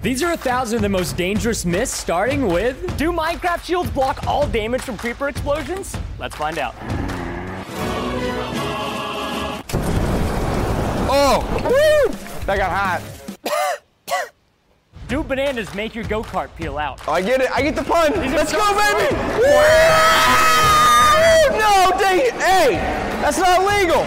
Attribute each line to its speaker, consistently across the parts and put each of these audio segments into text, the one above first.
Speaker 1: These are a thousand of the most dangerous myths, starting with
Speaker 2: Do Minecraft shields block all damage from creeper explosions? Let's find out.
Speaker 3: Oh! Woo! That got hot.
Speaker 2: Do bananas make your go kart peel out?
Speaker 3: Oh, I get it. I get the pun.
Speaker 2: These are
Speaker 3: Let's
Speaker 2: so
Speaker 3: go, baby. Woo! No, dang it. Hey, that's not legal.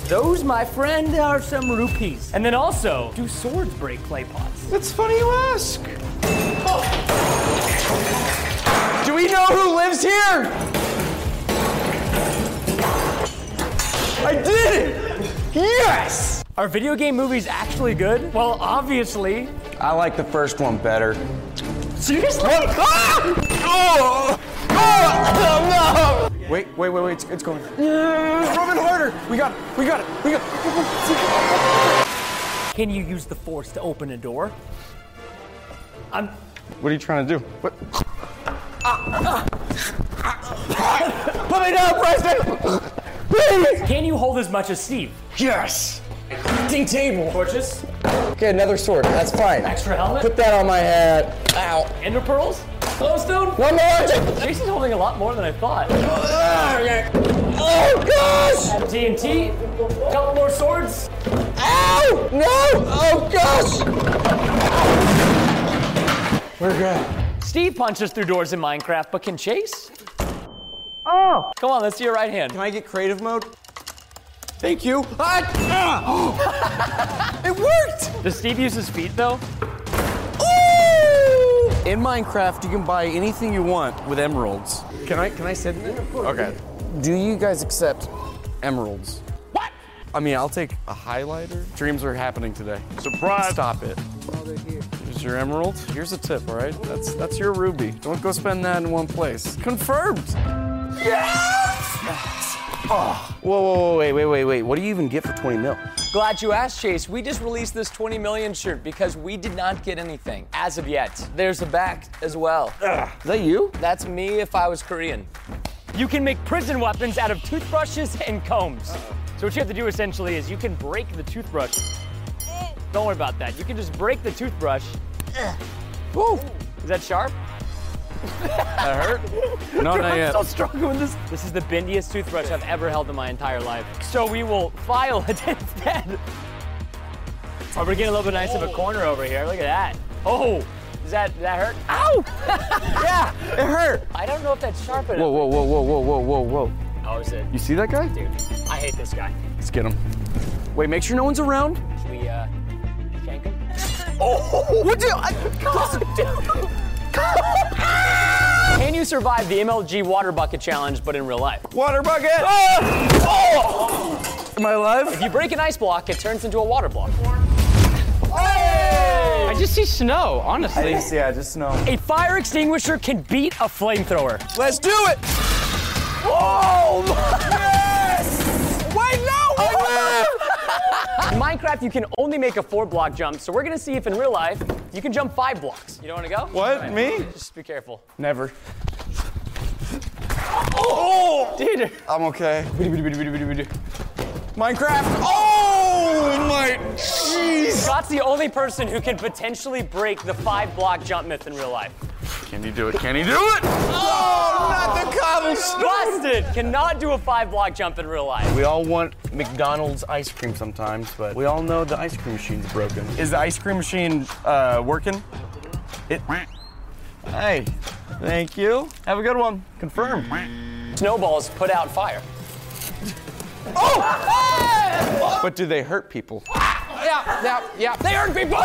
Speaker 2: Those, my friend, are some rupees. And then also, do swords break clay pots?
Speaker 3: It's funny you ask. Oh. Do we know who lives here? I did it! Yes!
Speaker 2: Are video game movies actually good? Well, obviously.
Speaker 3: I like the first one better.
Speaker 2: Seriously?
Speaker 3: Oh! Oh, no! Wait, wait, wait, wait, it's, it's going. It's rubbing harder! We got it, we got it, we got it.
Speaker 2: Can you use the force to open a door? I'm.
Speaker 3: What are you trying to do? What? Put me down, Preston! Please!
Speaker 2: Can you hold as much as Steve?
Speaker 3: Yes! Ding table!
Speaker 2: Torches?
Speaker 3: Okay, another sword. That's fine.
Speaker 2: Extra helmet?
Speaker 3: Put that on my head. Ow.
Speaker 2: Ender pearls? Glowstone?
Speaker 3: One more!
Speaker 2: Jason's holding a lot more than I thought.
Speaker 3: Oh gosh!
Speaker 2: TNT, couple more swords.
Speaker 3: Ow! No! Oh gosh! We're good.
Speaker 2: Steve punches through doors in Minecraft, but can chase?
Speaker 3: no.
Speaker 2: Come on, let's see your right hand.
Speaker 4: Can I get creative mode? Thank you. Ah, ah. it worked!
Speaker 2: Does Steve use his feet though?
Speaker 4: In Minecraft, you can buy anything you want with emeralds.
Speaker 5: Can I can I sit in it?
Speaker 4: Okay. Do you guys accept emeralds? What? I mean, I'll take a highlighter. Dreams are happening today. Surprise! Stop it. Here's your emerald. Here's a tip, all right? That's that's your ruby. Don't go spend that in one place. Confirmed. Yes! Yes. Oh. Whoa, whoa, whoa, wait, wait, wait, wait. What do you even get for 20 mil?
Speaker 2: Glad you asked, Chase. We just released this 20 million shirt because we did not get anything as of yet. There's a back as well.
Speaker 4: Is that you?
Speaker 2: That's me if I was Korean. You can make prison weapons out of toothbrushes and combs. So what you have to do essentially is you can break the toothbrush. Don't worry about that. You can just break the toothbrush.
Speaker 4: Woo!
Speaker 2: Is that sharp?
Speaker 4: That hurt? No, not
Speaker 2: I'm
Speaker 4: yet.
Speaker 2: still struggling with this. This is the bendiest toothbrush I've ever held in my entire life. So we will file it instead. Oh, we're getting a little bit nice of a corner over here. Look at that. Oh, does that does that hurt? Ow! yeah,
Speaker 4: It hurt.
Speaker 2: I don't know if that's sharp enough.
Speaker 4: Whoa, whoa, whoa, whoa, whoa, whoa, whoa, whoa.
Speaker 2: Oh, is it?
Speaker 4: You see that guy?
Speaker 2: Dude, I hate this guy.
Speaker 4: Let's get him. Wait, make sure no one's around.
Speaker 2: Should we uh, shank him?
Speaker 4: Oh, what do I?
Speaker 2: Can you survive the MLG water bucket challenge, but in real life?
Speaker 4: Water bucket! Ah! Oh! Am I alive?
Speaker 2: If you break an ice block, it turns into a water block.
Speaker 6: I just see snow, honestly.
Speaker 4: yeah, just snow.
Speaker 2: A fire extinguisher can beat a flamethrower.
Speaker 4: Let's do it! Oh Yes! Wait, no! I
Speaker 2: In Minecraft, you can only make a four block jump, so we're gonna see if in real life you can jump five blocks. You don't wanna go?
Speaker 4: What? Me?
Speaker 2: Just be careful.
Speaker 4: Never.
Speaker 2: Dude,
Speaker 4: Oh! I'm okay. Minecraft. Oh my jeez!
Speaker 2: Scott's the only person who can potentially break the five block jump myth in real life.
Speaker 4: Can he do it? Can he do it? Oh, not the cobblestone!
Speaker 2: Busted! Cannot do a five block jump in real life.
Speaker 4: We all want McDonald's ice cream sometimes, but we all know the ice cream machine's broken. Is the ice cream machine uh, working? It. Hey, thank you. Have a good one. Confirm.
Speaker 2: Snowballs put out fire.
Speaker 4: But do they hurt people?
Speaker 2: Yeah, yeah, yeah. They hurt people!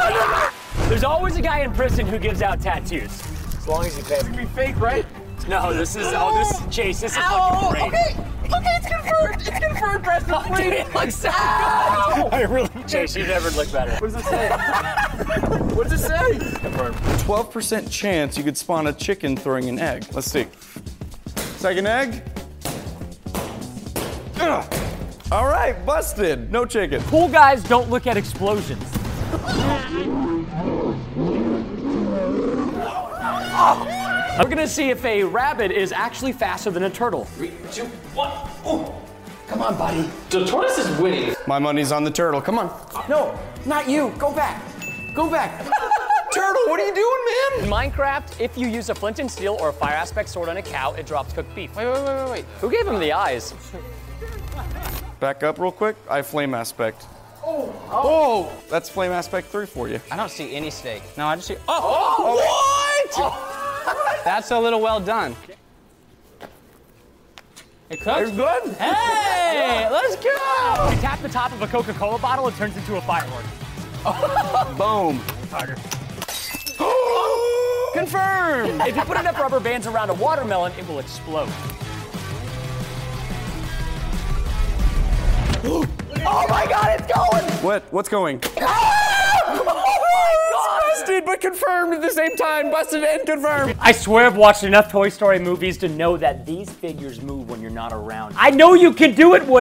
Speaker 2: There's always a guy in prison who gives out tattoos. As long as you pay.
Speaker 4: Be fake, right?
Speaker 2: No, this is, oh, this is Chase, this is fucking great.
Speaker 4: Okay, it's confirmed. It's confirmed. Preston,
Speaker 2: Dude, it looks so good. I really, Chase, you never look better.
Speaker 4: What does it say? what does it say? Twelve percent chance you could spawn a chicken throwing an egg. Let's see. Second egg. Ugh. All right, busted. No chicken.
Speaker 2: Cool guys don't look at explosions. We're gonna see if a rabbit is actually faster than a turtle.
Speaker 6: The tortoise is winning.
Speaker 4: My money's on the turtle. Come on. No, not you. Go back. Go back. turtle, what are you doing,
Speaker 2: In
Speaker 4: man?
Speaker 2: Minecraft, if you use a flint and steel or a fire aspect sword on a cow, it drops cooked beef.
Speaker 6: Wait, wait, wait, wait, wait.
Speaker 2: Who gave him the eyes?
Speaker 4: Back up real quick. I flame aspect. Oh. Oh. That's flame aspect three for you.
Speaker 6: I don't see any steak. No, I just see. Oh,
Speaker 4: What? Oh.
Speaker 6: that's a little well done. It cooked.
Speaker 4: good.
Speaker 6: Hey, let's go.
Speaker 2: You tap the top of a Coca-Cola bottle, it turns into a firework.
Speaker 4: Boom. Confirmed.
Speaker 2: If you put enough rubber bands around a watermelon, it will explode.
Speaker 4: Oh my God, it's going. What? What's going? Ah! Oh Busted, but confirmed at the same time. Busted and confirmed.
Speaker 2: I swear I've watched enough Toy Story movies to know that these figures move when you're not around. I know you can do it, Woody.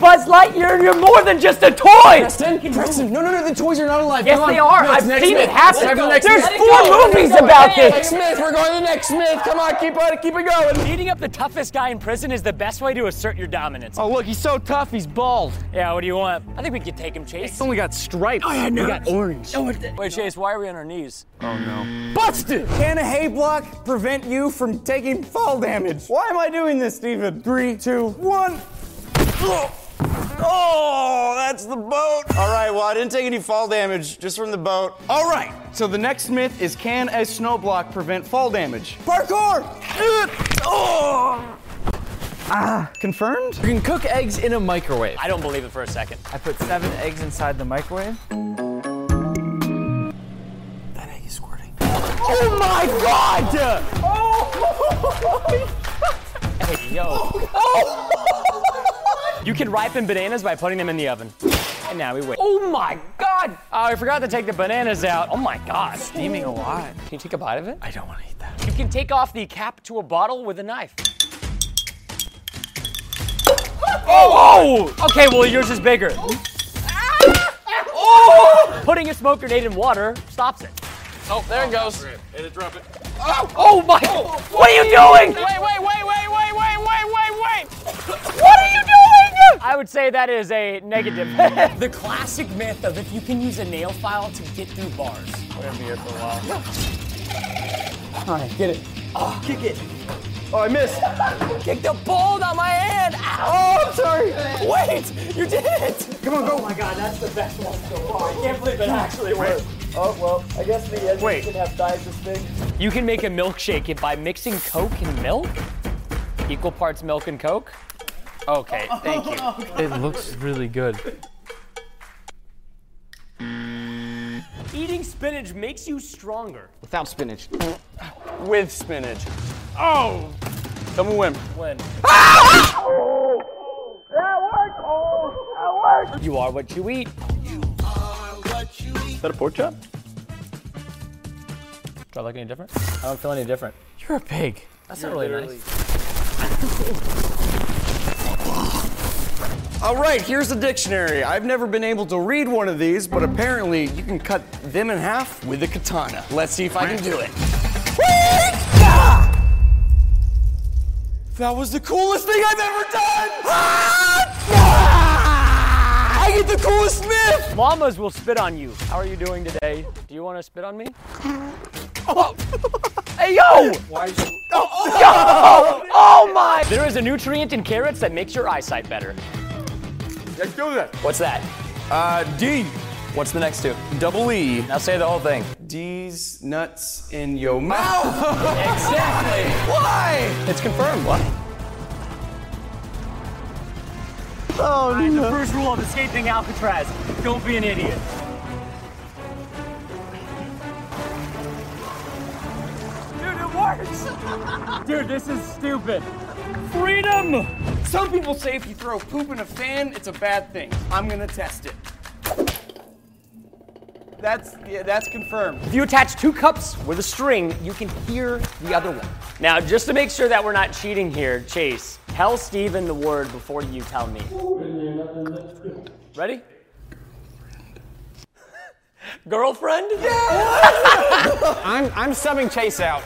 Speaker 2: Buzz Lightyear, you're more than just a toy.
Speaker 3: Preston, Preston, no, no, no, the toys are not alive.
Speaker 2: Yes,
Speaker 3: Come on.
Speaker 2: they are.
Speaker 3: No, it's
Speaker 2: I've
Speaker 3: next
Speaker 2: seen it
Speaker 3: myth.
Speaker 2: happen.
Speaker 3: Let's go,
Speaker 2: There's
Speaker 3: next myth.
Speaker 2: four
Speaker 3: Let it go.
Speaker 2: movies
Speaker 3: Let it go.
Speaker 2: about
Speaker 3: Hey,
Speaker 2: this.
Speaker 3: Next myth, we're going to the next myth. Come on, keep on, keep it going.
Speaker 2: Beating up the toughest guy in prison is the best way to assert your dominance.
Speaker 6: Oh, look, he's so tough, he's bald.
Speaker 2: Yeah, what do you want? I think we could take him, Chase.
Speaker 6: Only got stripes. Oh, yeah,
Speaker 2: We
Speaker 6: no.
Speaker 2: got
Speaker 6: orange.
Speaker 2: Wait, Chase, why are we on our knees?
Speaker 3: Busted.
Speaker 7: Can a hay block prevent you from taking fall damage? Why am I doing this, Steven? Three, two, one.
Speaker 4: Oh, that's the boat. All right, well, I didn't take any fall damage just from the boat.
Speaker 7: All right.
Speaker 4: So the next myth is can a snow block prevent fall damage?
Speaker 7: Parkour.
Speaker 4: Oh! Ah, confirmed?
Speaker 8: You can cook eggs in a microwave.
Speaker 2: I don't believe it for a second.
Speaker 8: I put seven eggs inside the microwave.
Speaker 3: Oh my God!
Speaker 2: Hey, yo. You can ripen bananas by putting them in the oven. And now we wait. Oh my god! Oh, I forgot to take the bananas out. Oh my god.
Speaker 8: Steaming a lot.
Speaker 2: Can you take a bite of it?
Speaker 8: I don't want to eat that.
Speaker 2: You can take off the cap to a bottle with a knife. Oh! oh! Okay, well, yours is bigger. Oh! Putting a smoke grenade in water stops it.
Speaker 4: Oh, there it goes. Hit it, drop it.
Speaker 2: Oh, oh my! What are you doing?
Speaker 4: Wait, wait, wait, wait, wait, wait, wait, wait, wait!
Speaker 2: What are you doing? I would say that is a negative. the classic myth of if you can use a nail file to get through bars. We're gonna be here for a while. Ah,
Speaker 4: Oh, I missed.
Speaker 2: Kick the bolt on my hand.
Speaker 4: Oh, I'm sorry.
Speaker 2: Wait, you did it. Come on, go. Oh my god, that's the best one so far. I can't believe it actually worked.
Speaker 7: Oh well, I guess the edges
Speaker 2: Wait.
Speaker 7: can have dyes this thing.
Speaker 2: You can make a milkshake by mixing Coke and milk. Equal parts milk and Coke. Okay, thank you.
Speaker 8: It looks really good.
Speaker 2: Eating spinach makes you stronger.
Speaker 6: Without spinach.
Speaker 4: With spinach.
Speaker 2: Oh,
Speaker 4: Someone win.
Speaker 2: when? You are what you eat.
Speaker 4: Is that a pork chop?
Speaker 2: Do I look any different? I don't feel any different.
Speaker 8: You're a pig.
Speaker 2: That's not really nice.
Speaker 4: All right, here's the dictionary. I've never been able to read one of these, but apparently you can cut them in half with a katana. Let's see if I can do it. That was the coolest thing I've ever done! I get the coolest myth!
Speaker 2: Llamas will spit on you. How are you doing today? Do you want to spit on me? hey yo! Why oh, yo! Oh my! There is a nutrient in carrots that makes your eyesight better.
Speaker 4: Let's do that.
Speaker 2: What's that?
Speaker 4: Uh, D.
Speaker 8: What's the next two?
Speaker 4: Double E.
Speaker 8: Now say the whole thing.
Speaker 4: D's nuts in your mouth.
Speaker 2: Exactly.
Speaker 4: Why? It's confirmed. What? Oh,
Speaker 2: The first rule of escaping Alcatraz: don't be an idiot. Dude, it works. Dude, this is stupid. Freedom.
Speaker 4: Some people say if you throw poop in a fan, it's a bad thing. I'm gonna test it. That's yeah, that's confirmed.
Speaker 2: If you attach two cups with a string, you can hear the other one. Now, just to make sure that we're not cheating here, Chase, tell Steven the word before you tell me. Ready? Girlfriend?
Speaker 6: I'm, I'm subbing Chase out.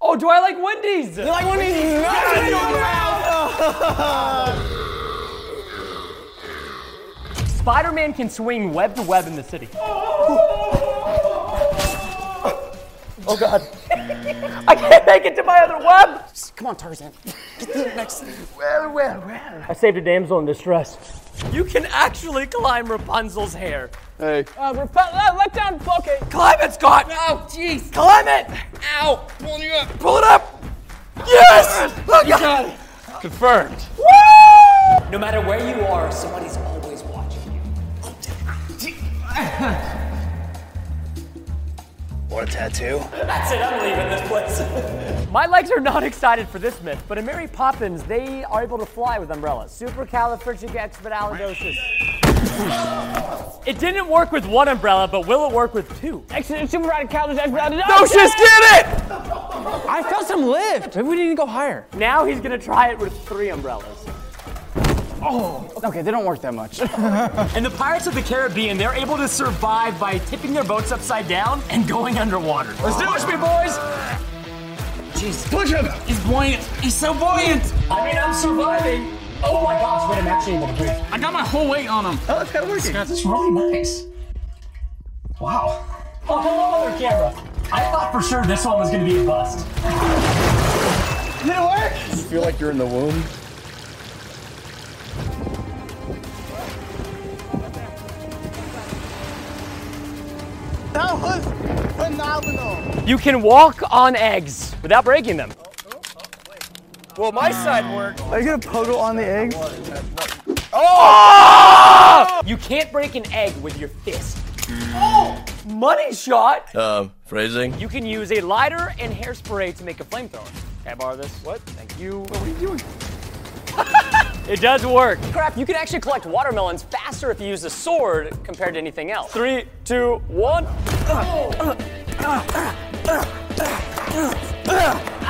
Speaker 2: Oh, do I like Wendy's? You like Wendy's? Spider-Man can swing web to web in the city. Oh Oh, god. I can't make it to my other web!
Speaker 7: Come on, Tarzan.
Speaker 2: I saved a damsel in distress. You can actually climb Rapunzel's hair.
Speaker 4: Hey.
Speaker 2: Uh, Rapunzel, let down, okay. Climb it, Scott! Oh, jeez. Climb it! Ow! Pulling you up. Pull it up! Yes! Look at it!
Speaker 4: Confirmed.
Speaker 2: No matter where you are, somebody's always watching. What a tattoo. That's it, I'm leaving this place. My legs are not excited for this myth, but in Mary Poppins, they are able to fly with umbrellas. Supercalifragilisticexpialidocious. it didn't work with one umbrella, but will it work with two? Exit supercalifragilisticexpialidocious.
Speaker 6: No, she just
Speaker 2: did Oh, it!
Speaker 6: I felt some lift. Maybe we need to go higher.
Speaker 2: Now he's gonna try it with three umbrellas.
Speaker 6: Oh, okay, they don't work that much.
Speaker 2: and the Pirates of the Caribbean, they're able to survive by tipping their boats upside down and going underwater. Let's do it, me boys! Jeez. Push him! He's buoyant. He's so buoyant! I mean, I'm surviving. Oh my gosh, wait, I'm actually able to breathe.
Speaker 9: I got my whole weight on him.
Speaker 2: Oh, it's kind of working. That's really nice. Wow. Oh, hello, other camera. I thought for sure this one was gonna be a bust. Did it work?
Speaker 4: You feel like you're in the womb?
Speaker 10: That was phenomenal.
Speaker 2: You can walk on eggs without breaking them.
Speaker 4: Well, my side worked.
Speaker 6: Are you gonna pogo on the eggs?
Speaker 2: Oh! You can't break an egg with your fist. Oh! Money shot!
Speaker 11: Um, phrasing?
Speaker 2: You can use a lighter and hairspray to make a flamethrower. Can I borrow this? What? Thank you. What are you doing? it does work. Crap, you can actually collect watermelons faster if you use a sword compared to anything else. Three, two, one.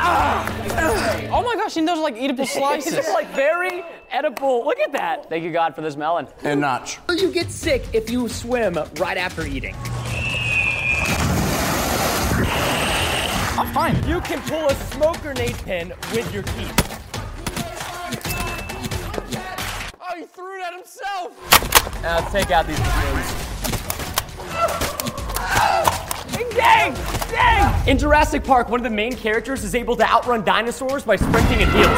Speaker 9: Oh my gosh, and those are like eatable slices.
Speaker 2: It's like very edible. Look at that. Thank you, God, for this melon.
Speaker 4: And notch.
Speaker 2: You get sick if you swim right after eating. I'm fine. You can pull a smoke grenade pin with your teeth.
Speaker 4: Oh, he threw it at himself!
Speaker 2: Now let's Uh, take out these balloons. Dang! Dang! In Jurassic Park, one of the main characters is able to outrun dinosaurs by sprinting in heels.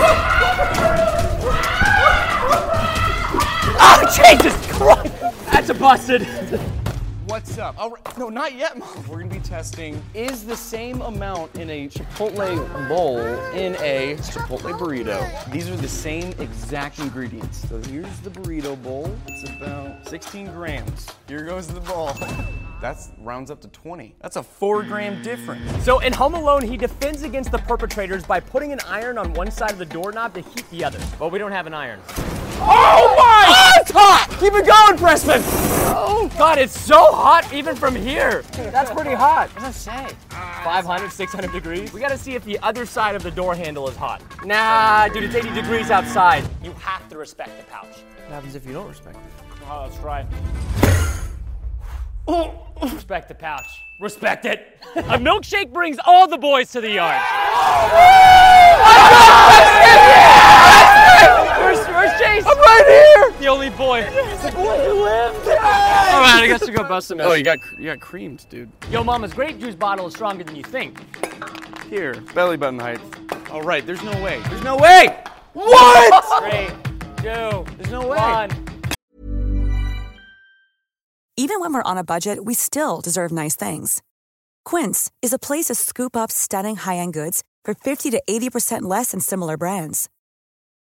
Speaker 2: oh, Jesus Christ! That's a busted.
Speaker 4: What's up? All right. No, not yet, Mom. We're gonna be testing is the same amount in a Chipotle bowl in a Chipotle burrito. These are the same exact ingredients. So here's the burrito bowl. It's about 16 grams. Here goes the bowl. That's rounds up to 20. That's a four gram difference.
Speaker 2: So in Home Alone, he defends against the perpetrators by putting an iron on one side of the doorknob to heat the other. But we don't have an iron.
Speaker 4: Oh my!
Speaker 2: it's hot! Keep it going, Preston! Oh God, it's so hot even from here. That's pretty hot. What does that say? 500, 600 degrees. We gotta see if the other side of the door handle is hot. Nah, dude, it's 80 degrees outside. You have to respect the pouch.
Speaker 8: What happens if you don't respect it?
Speaker 2: Oh, let's try it. Respect the pouch. Respect it. A milkshake brings all the boys to the yard. Where's, where's Chase? I'm right here. The only boy. The boy who lived. All right, I guess we go bust him.
Speaker 4: Oh, you got you got creamed, dude.
Speaker 2: Yo, mama's grape juice bottle is stronger than you think.
Speaker 4: Here, belly button height. All right, there's no way. There's no
Speaker 2: way.
Speaker 4: What?
Speaker 2: Three, two. Oh. There's no
Speaker 4: way.
Speaker 2: One.
Speaker 12: Even when we're on a budget, we still deserve nice things. Quince is a place to scoop up stunning high end goods for 50 to 80% less than similar brands.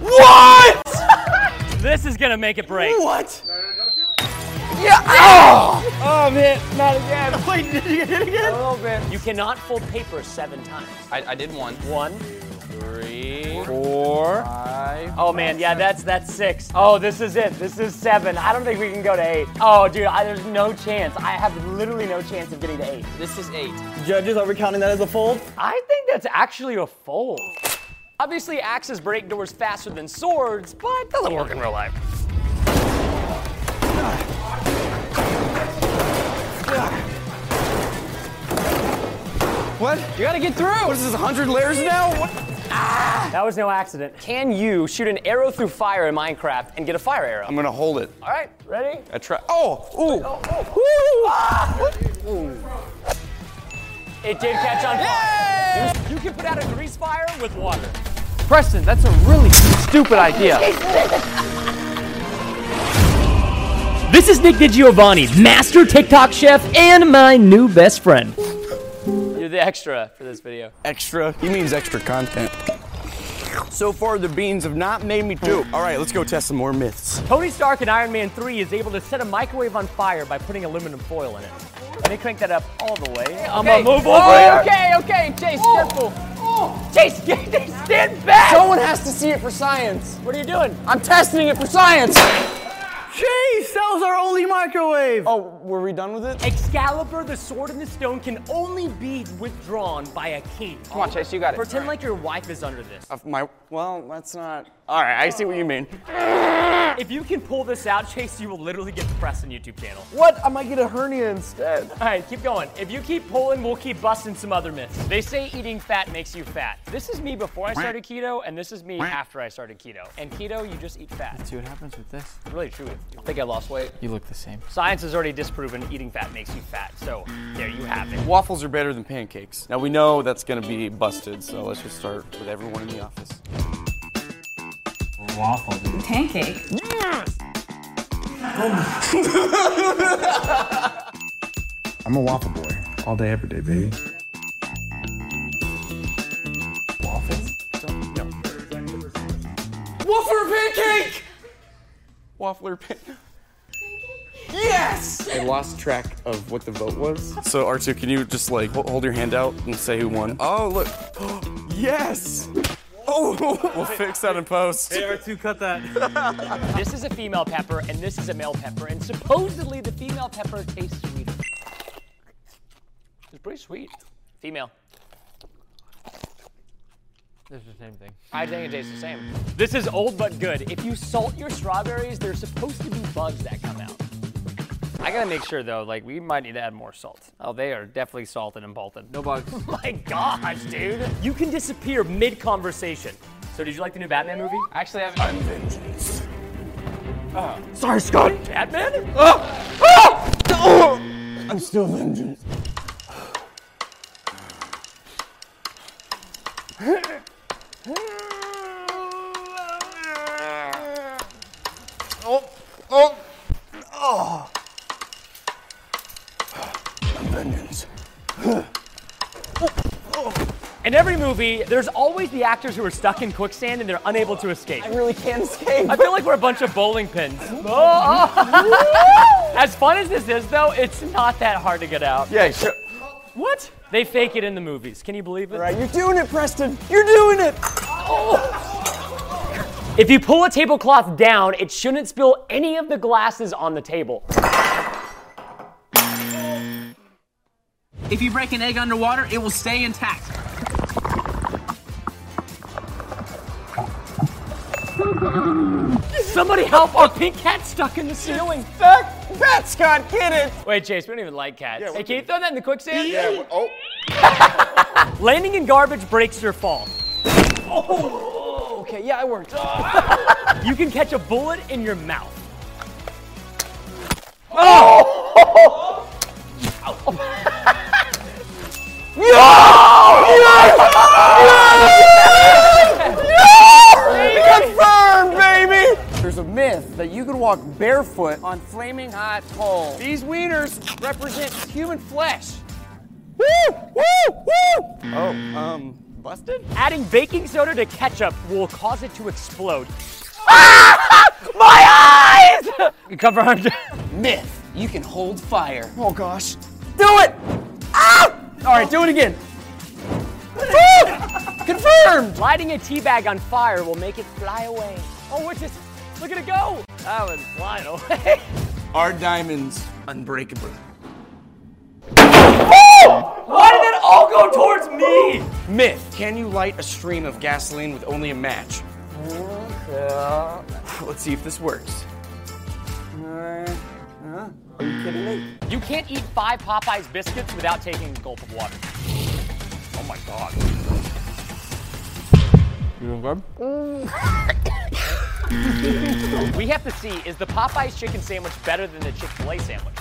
Speaker 2: What? this is gonna make it break.
Speaker 6: What?
Speaker 2: Yeah.
Speaker 6: Oh!
Speaker 2: Oh man, not again. Wait, did you get it again? A little bit. You cannot fold paper seven times.
Speaker 8: I, I did one.
Speaker 2: One.
Speaker 8: Three.
Speaker 2: Four. Five. Oh man, yeah, that's that's six. Oh, this is it. This is seven. I don't think we can go to eight. Oh, dude, I, there's no chance. I have literally no chance of getting to eight.
Speaker 8: This is eight.
Speaker 6: Judges, are we counting that as a fold?
Speaker 2: I think that's actually a fold. Obviously, axes break doors faster than swords, but doesn't work in real life.
Speaker 6: What? You gotta get through.
Speaker 4: Oh,
Speaker 6: What is this, 100 layers now? What?
Speaker 2: That was no accident. Can you shoot an arrow through fire in Minecraft and get a fire arrow?
Speaker 4: I'm gonna hold it.
Speaker 2: All right, ready?
Speaker 4: I try. Oh, ooh.
Speaker 2: Woo! Ah! It did catch on fire. You can put out a grease fire with water.
Speaker 8: Preston, that's a really stupid idea.
Speaker 1: This is Nick DiGiovanni, master TikTok chef and my new best friend.
Speaker 2: You're the extra for this video.
Speaker 4: Extra. He means extra content. So far, the beans have not made me do. All right, let's go test some more myths.
Speaker 2: Tony Stark in Iron Man 3 is able to set a microwave on fire by putting aluminum foil in it. Let me crank that up all the way. I'm
Speaker 9: Okay.
Speaker 2: gonna move
Speaker 9: Oh,
Speaker 2: over here.
Speaker 9: Okay, okay, Chase,
Speaker 7: Oh,
Speaker 9: careful.
Speaker 2: Chase, stand back!
Speaker 7: Someone has to see it for science.
Speaker 2: What are you doing?
Speaker 7: I'm testing it for science.
Speaker 6: Jeez, that was our only microwave.
Speaker 7: Oh, were we done with it?
Speaker 2: Excalibur, the sword in the stone, can only be withdrawn by a king. Come
Speaker 7: on, Chase, you got it.
Speaker 2: Pretend
Speaker 7: All
Speaker 2: like your wife is under this.
Speaker 4: Uh, My, well, that's not. All right, I see what you mean.
Speaker 2: If you can pull this out, Chase, you will literally get the press and YouTube channel.
Speaker 6: What? I might get a hernia instead.
Speaker 2: All right, keep going. If you keep pulling, we'll keep busting some other myths. They say eating fat makes you fat. This is me before I started keto, and this is me after I started keto. And keto, you just eat fat.
Speaker 8: See what happens with this.
Speaker 2: Really true. I think I lost weight.
Speaker 8: You look the same.
Speaker 2: Science has already disproven eating fat makes you fat. So there you have it.
Speaker 4: Waffles are better than pancakes. Now we know that's gonna be busted, so let's just start with everyone in the office.
Speaker 8: Waffles.
Speaker 11: Pancake.
Speaker 13: I'm a waffle boy. All day, every day, baby. Waffles?
Speaker 6: Waffler pancake!
Speaker 4: Waffler pancake.
Speaker 6: Yes!
Speaker 4: I lost track of what the vote was. So R2, can you just like ho- hold your hand out and say who won? Oh look, yes. Oh, we'll fix that in post.
Speaker 6: R2, cut that.
Speaker 2: This is a female pepper, and this is a male pepper, and supposedly the female pepper tastes sweeter. It's pretty sweet. Female.
Speaker 8: This is the same thing.
Speaker 2: I think it tastes the same. This is old but good. If you salt your strawberries, there's supposed to be bugs that come out. I gotta make sure though, like we might need to add more salt. Oh, they are definitely salted and bolted. No bugs. My gosh, dude. You can disappear mid conversation. So, did you like the new Batman movie? Actually, I haven't. I'm vengeance.
Speaker 6: Sorry, Scott.
Speaker 2: Batman?
Speaker 6: I'm still vengeance.
Speaker 4: Oh, oh, oh.
Speaker 2: I'm vengeance. In every movie, there's always the actors who are stuck in quicksand and they're unable to escape. I really can't escape. I feel like we're a bunch of bowling pins. Oh, oh. as fun as this is, though, it's not that hard to get out.
Speaker 4: Yeah, sure.
Speaker 2: What? They fake it in the movies. Can you believe it? Oh.
Speaker 7: Right, you're doing it, Preston. You're doing it.
Speaker 2: If you pull a tablecloth down, it shouldn't spill any of the glasses on the table.
Speaker 8: If you break an egg underwater, it will stay intact.
Speaker 2: Somebody help! Our pink cat's stuck in the ceiling. That, that Scott, get it! Wait, Chase, we don't even like cats. hey, can you throw that in the quicksand? Yeah. Oh. Landing in garbage breaks your fall. Oh. Okay. Yeah, I worked. you can catch a bullet in your mouth. Oh! no!
Speaker 7: Confirmed, baby! There's a myth that you could walk barefoot on flaming hot coal. These wieners represent human flesh.
Speaker 2: Woo! Woo! Woo!
Speaker 4: Oh, um, busted?
Speaker 2: Adding baking soda to ketchup will cause it to explode.
Speaker 6: My
Speaker 2: eyes! You cover under.
Speaker 6: Myth, you can hold fire. Ah! Oh gosh.
Speaker 7: Do it! All right, do it again.
Speaker 2: Confirmed! Lighting a tea bag on fire will make it fly away. Oh, what's this? Look at it go! That one's flying away.
Speaker 4: Our diamonds unbreakable.
Speaker 2: Oh! Why did it all go towards me?
Speaker 4: Myth. Can you light a stream of gasoline with only a match? Let's see if this works.
Speaker 2: Are you kidding me? You can't eat five Popeyes biscuits without taking a gulp of water. Oh my god.
Speaker 4: You doing good?
Speaker 2: we have to see is the Popeyes chicken sandwich better than the Chick fil A sandwich?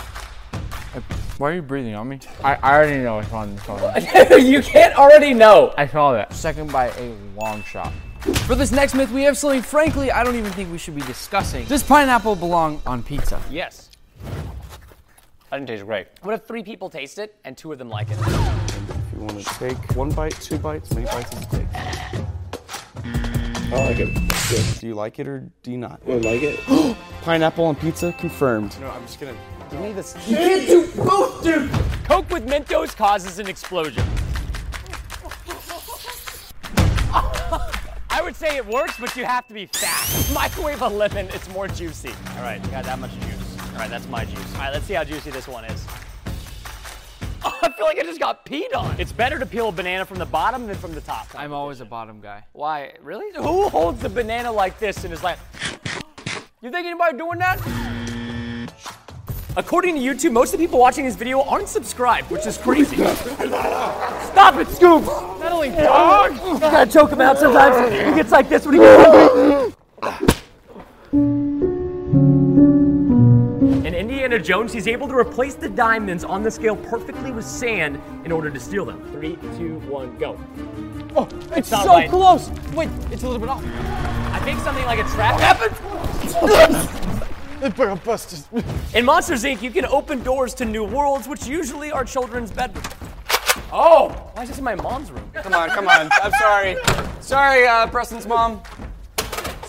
Speaker 11: Why are you breathing on me? I, I already know it's on this
Speaker 1: one. you can't already know.
Speaker 11: I saw that. Second by a long shot.
Speaker 6: For this next myth, we have something frankly I don't even think we should be discussing. Does pineapple belong on pizza?
Speaker 2: Yes.
Speaker 4: I didn't taste great.
Speaker 2: What if three people taste it and two of them like it?
Speaker 4: If you want to take one bite, two bites, many bites is good. Oh, I like it. Do you like it or do you not? I like it. Pineapple on pizza confirmed. No, I'm just gonna.
Speaker 2: Give me this. You can't do both, dude! Coke with Mentos causes an explosion. I would say it works, but you have to be fast. Microwave a lemon, it's more juicy. All right, got that much juice. All right, that's my juice. All right, let's see how juicy this one is. I feel like I just got peed on. It's better to peel a banana from the bottom than from the top.
Speaker 6: I'm always a bottom guy.
Speaker 2: Why? Really? Who holds the banana like this and is like, you think anybody doing that? According to YouTube, most of the people watching this video aren't subscribed, which is crazy. Stop it, Scoop! Not only dog, you gotta choke him out sometimes. He gets like this when he gets hungry. In Indiana Jones, he's able to replace the diamonds on the scale perfectly with sand in order to steal them. Three, two, one, go.
Speaker 7: Oh, it's
Speaker 2: Stop
Speaker 7: so
Speaker 2: lighting.
Speaker 7: close. Wait, it's a little bit off.
Speaker 2: I think something like a trap happened. In Monsters Inc., you can open doors to new worlds, which usually are children's bedrooms. Oh, why is this in my mom's room?
Speaker 4: Come on, come on. I'm sorry. Sorry, uh, Preston's mom.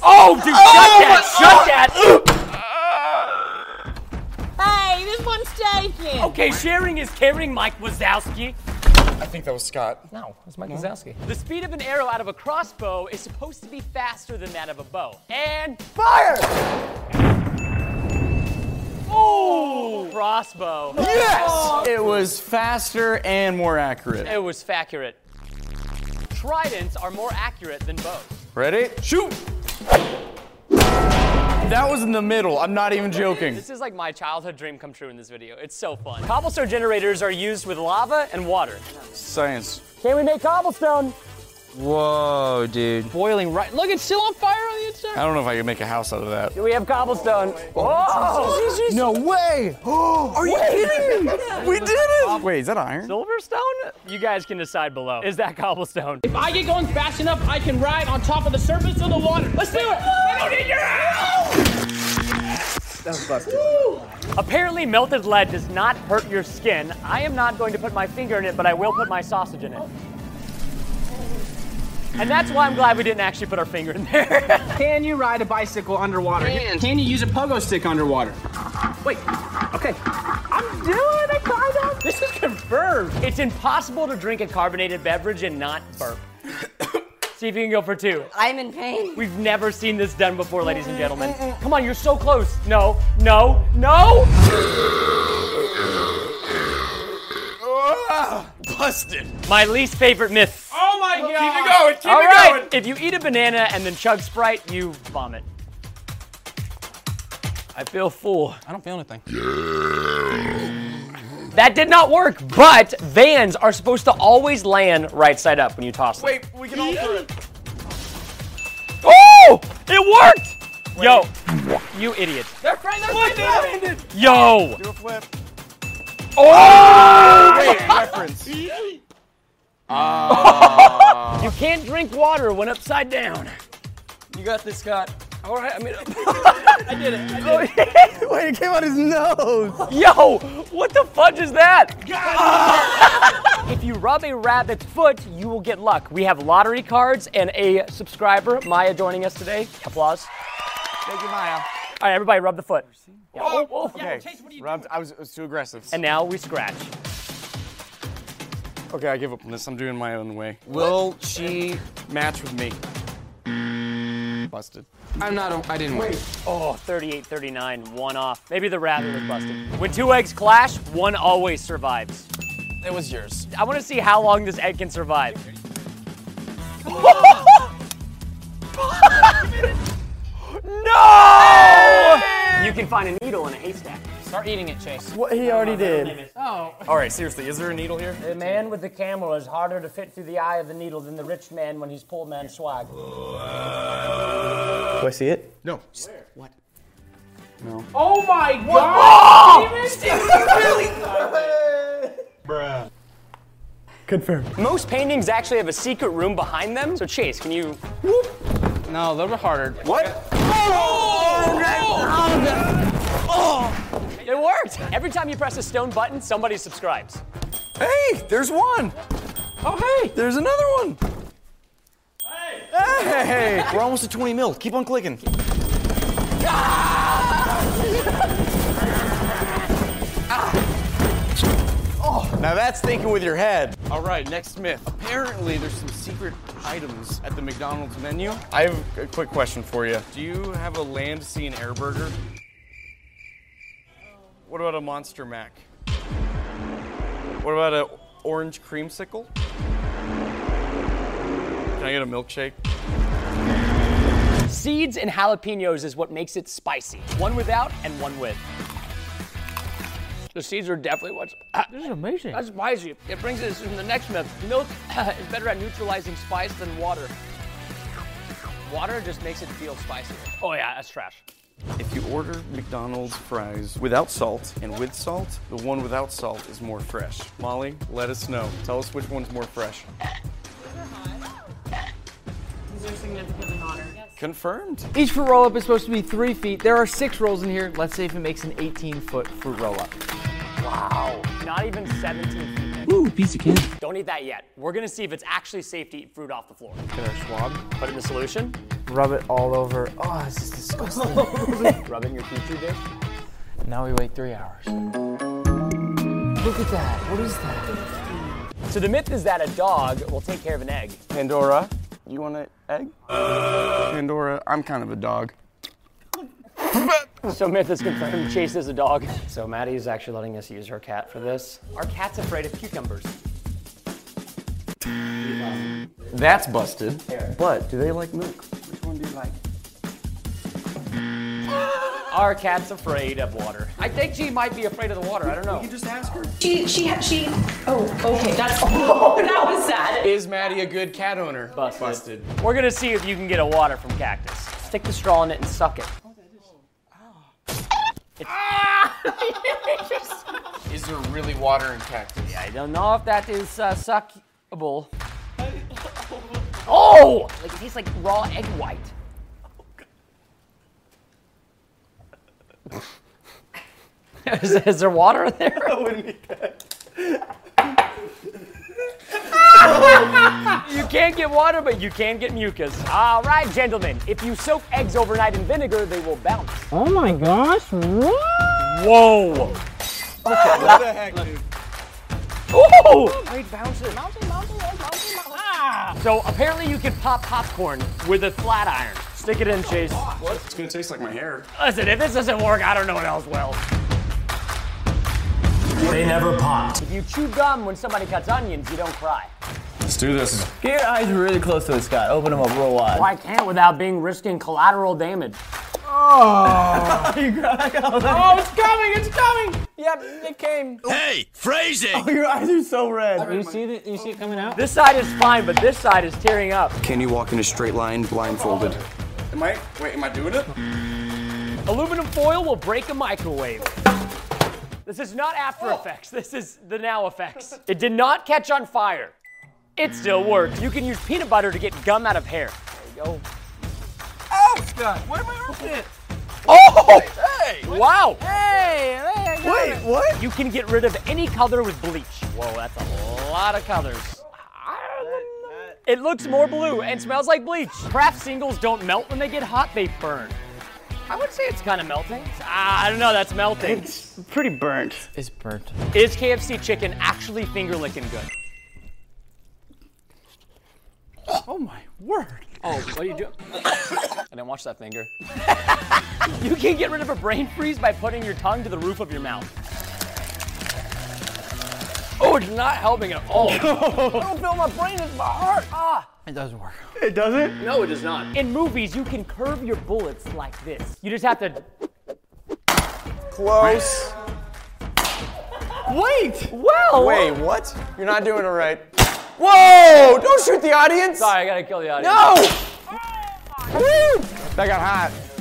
Speaker 2: Oh, dude, shut
Speaker 4: Oh,
Speaker 2: that! Shut
Speaker 4: my- oh.
Speaker 2: that!
Speaker 14: Hey, this one's taken.
Speaker 2: Okay, sharing is caring, Mike Wazowski.
Speaker 4: I think that was Scott.
Speaker 2: No, it's Mike Wazowski. The speed of an arrow out of a crossbow is supposed to be faster than that of a bow. And fire! Oh, crossbow.
Speaker 4: Yes! It was faster and more accurate.
Speaker 2: It was faccurate. Tridents are more accurate than bows.
Speaker 4: Ready? Shoot! That was in the middle. I'm not even joking.
Speaker 2: This is like my childhood dream come true in this video. It's so fun. Cobblestone generators are used with lava and water.
Speaker 4: Science.
Speaker 2: Can we make cobblestone?
Speaker 4: Whoa, dude.
Speaker 7: Boiling right. Look, it's still on fire on the inside.
Speaker 4: I don't know if I can make a house out of that.
Speaker 2: Do we have cobblestone? Oh!
Speaker 4: No way! Oh, are you kidding me? We did it! Wait, is that iron?
Speaker 2: Silverstone? You guys can decide below. Is that cobblestone?
Speaker 8: If I get going fast enough, I can ride on top of the surface of the water. Let's do it! I don't need your
Speaker 2: Apparently, melted lead does not hurt your skin. I am not going to put my finger in it, but I will put my sausage in it. And that's why I'm glad we didn't actually put our finger in there.
Speaker 8: Can you ride a bicycle underwater? Can. you use a pogo stick underwater? Wait, okay. I'm doing it, kind of. This is confirmed.
Speaker 2: It's impossible to drink a carbonated beverage and not burp. See if you can go for two.
Speaker 14: I'm in pain.
Speaker 2: We've never seen this done before, ladies and gentlemen. Come on, you're so close. No, no, no!
Speaker 4: Ah, Busted.
Speaker 2: My least favorite myth.
Speaker 8: Oh my god.
Speaker 4: Keep it going, keep
Speaker 2: All
Speaker 4: it
Speaker 2: right,
Speaker 4: going.
Speaker 2: If you eat a banana and then chug Sprite, you vomit. I feel full.
Speaker 7: I don't feel anything.
Speaker 2: That did not work, but vans are supposed to always land right side up when you toss them.
Speaker 4: Wait, we can all do it.
Speaker 2: Oh! It worked! Yo, you idiot.
Speaker 7: They're friends. They're friends.
Speaker 2: Yo!
Speaker 4: Do a flip.
Speaker 2: Oh!
Speaker 4: Wait, reference. Ah.
Speaker 2: You can't drink water when upside down.
Speaker 7: You got this, Scott.
Speaker 2: All right, I mean,
Speaker 7: I did it. I
Speaker 2: Oh,
Speaker 7: did it.
Speaker 4: Wait, it came out his nose.
Speaker 2: yo, what the fudge is that? if you rub a rabbit's foot, you will get luck. We have lottery cards and a subscriber, Maya, joining us today. Applause.
Speaker 4: Thank you, Maya.
Speaker 2: All right, everybody, rub the foot.
Speaker 4: Oh, okay. Rob, I was, I was too aggressive.
Speaker 2: And now we scratch.
Speaker 4: Okay, I give up on this. I'm doing my own way. Will she match with me? Busted.
Speaker 6: I'm not. A, I didn't win.
Speaker 2: Oh, 38 39, one off. Maybe the rabbit was busted. When two eggs clash, one always survives. It was yours. I want to see how long this egg can survive. no! You can find a needle in a haystack.
Speaker 9: Start eating it, Chase.
Speaker 2: What he already did.
Speaker 9: Oh.
Speaker 4: All right, seriously, is there a needle here?
Speaker 15: The man with the camel is harder to fit through the eye of the needle than the rich man when he's poor man swag.
Speaker 16: Do I see it? No.
Speaker 8: Oh my
Speaker 15: God,
Speaker 8: god!
Speaker 2: Bruh.
Speaker 16: Confirmed.
Speaker 2: Most paintings actually have a secret room behind them. So Chase, can you?
Speaker 9: No, a little bit harder.
Speaker 2: What?
Speaker 8: oh!
Speaker 2: It worked. Every time you press a stone button, somebody subscribes.
Speaker 4: Hey, there's one.
Speaker 2: Oh hey,
Speaker 4: there's another one. Hey. Hey, we're almost at 20 mil. Keep on clicking. Ah! Now that's thinking with your head. All right, next myth. Apparently, there's some secret items at the McDonald's menu. I have a quick question for you. Do you have a land scene air burger? What about a monster mac? What about an orange creamsicle? Can I get a milkshake?
Speaker 2: Seeds and jalapenos is what makes it spicy. One without and one with. The seeds are definitely what's. this is amazing. That's spicy. It brings us to the next myth. Milk is better at neutralizing spice than water. Water just makes it feel spicier. Oh yeah, that's trash.
Speaker 4: If you order McDonald's fries without salt and with salt, the one without salt is more fresh. Molly, let us know. Tell us which one's more fresh.
Speaker 14: These are significantly hotter.
Speaker 4: Confirmed.
Speaker 6: Each fruit roll up is supposed to be three feet. There are six rolls in here. Let's see if it makes an 18 foot fruit roll up.
Speaker 2: Wow. Not even 17 feet.
Speaker 6: Ooh, piece of candy.
Speaker 2: Don't eat that yet. We're gonna see if it's actually safe to eat fruit off the floor. Put it in the solution.
Speaker 6: Rub it all over. Oh, this is disgusting.
Speaker 2: Rub it in your petri dish.
Speaker 6: now we wait three hours. Look at that. What is that?
Speaker 2: So the myth is that a dog will take care of an egg.
Speaker 4: Pandora, you want an egg? Pandora, I'm kind of a dog.
Speaker 2: So myth is confirmed. Chase is a dog.
Speaker 15: So Maddie is actually letting us use her cat for this.
Speaker 2: Our cat's afraid of cucumbers.
Speaker 4: That's busted. But do they like milk?
Speaker 2: Which one do you like? Our cat's afraid of water. I think she might be afraid of the water. I don't know. You just ask her.
Speaker 14: She, she, ha- she. Oh, okay. That's. Oh, that was sad.
Speaker 4: Is Maddie a good cat owner?
Speaker 2: Busted. We're gonna see if you can get a water from cactus. Stick the straw in it and suck it.
Speaker 4: Is there really water in cactus?
Speaker 2: I don't know if that is uh, suckable. Oh! Like it tastes like raw egg white. is, is there water in there? I wouldn't eat that. you can't get water, but you can get mucus. All right, gentlemen. If you soak eggs overnight in vinegar, they will bounce.
Speaker 14: Oh my gosh.
Speaker 2: Whoa!
Speaker 4: what the heck, dude?
Speaker 2: Oh! Great bounces. Ah! So apparently you can pop popcorn with a flat iron. Stick it in, Chase.
Speaker 4: What? It's gonna taste like my hair.
Speaker 2: Listen, if this doesn't work, I don't know what else will.
Speaker 4: They never popped.
Speaker 2: If you chew gum when somebody cuts onions, you don't cry.
Speaker 4: Let's do this.
Speaker 16: Get your eyes really close to it, Scott. Open them up real wide.
Speaker 15: Why can't without being risking collateral damage?
Speaker 16: Oh! you crack out.
Speaker 8: Oh, it's coming! It's coming! Yep, it came.
Speaker 2: Hey, phrasing!
Speaker 16: Oh, your eyes are so red.
Speaker 9: You see the, You see it coming out?
Speaker 2: This side is fine, but this side is tearing up.
Speaker 4: Can you walk in a straight line blindfolded? Am I? Wait, am I doing it?
Speaker 2: Aluminum foil will break a microwave. This is not After Effects. This is the Now Effects. It did not catch on fire. It still works. You can use peanut butter to get gum out of hair. There you go.
Speaker 8: Oh, Scott, where my arm fit?
Speaker 2: Oh! Hey! Wow!
Speaker 8: Hey, hey, I got it.
Speaker 2: what? You can get rid of any color with bleach. Whoa, that's a lot of colors. It looks more blue and smells like bleach. Craft singles don't melt when they get hot, they burn. I would say it's kind of melting. Ah, I don't know, that's melting. It's pretty burnt.
Speaker 6: It's burnt.
Speaker 2: Is KFC chicken actually finger licking good?
Speaker 6: Oh my word.
Speaker 2: Oh, what are you doing? I didn't watch that finger. you can get rid of a brain freeze by putting your tongue to the roof of your mouth. Oh, it's not helping at all.
Speaker 15: I don't feel my brain, it's my heart. Ah.
Speaker 6: It doesn't work.
Speaker 2: It doesn't? No, it does not. In movies, you can curve your bullets like this. You just have to.
Speaker 4: Close.
Speaker 2: Wait! Well!
Speaker 4: Wait, what? You're not doing it right. Whoa! Don't shoot the audience!
Speaker 2: Sorry, I gotta kill the audience.
Speaker 4: No! Woo! That got hot.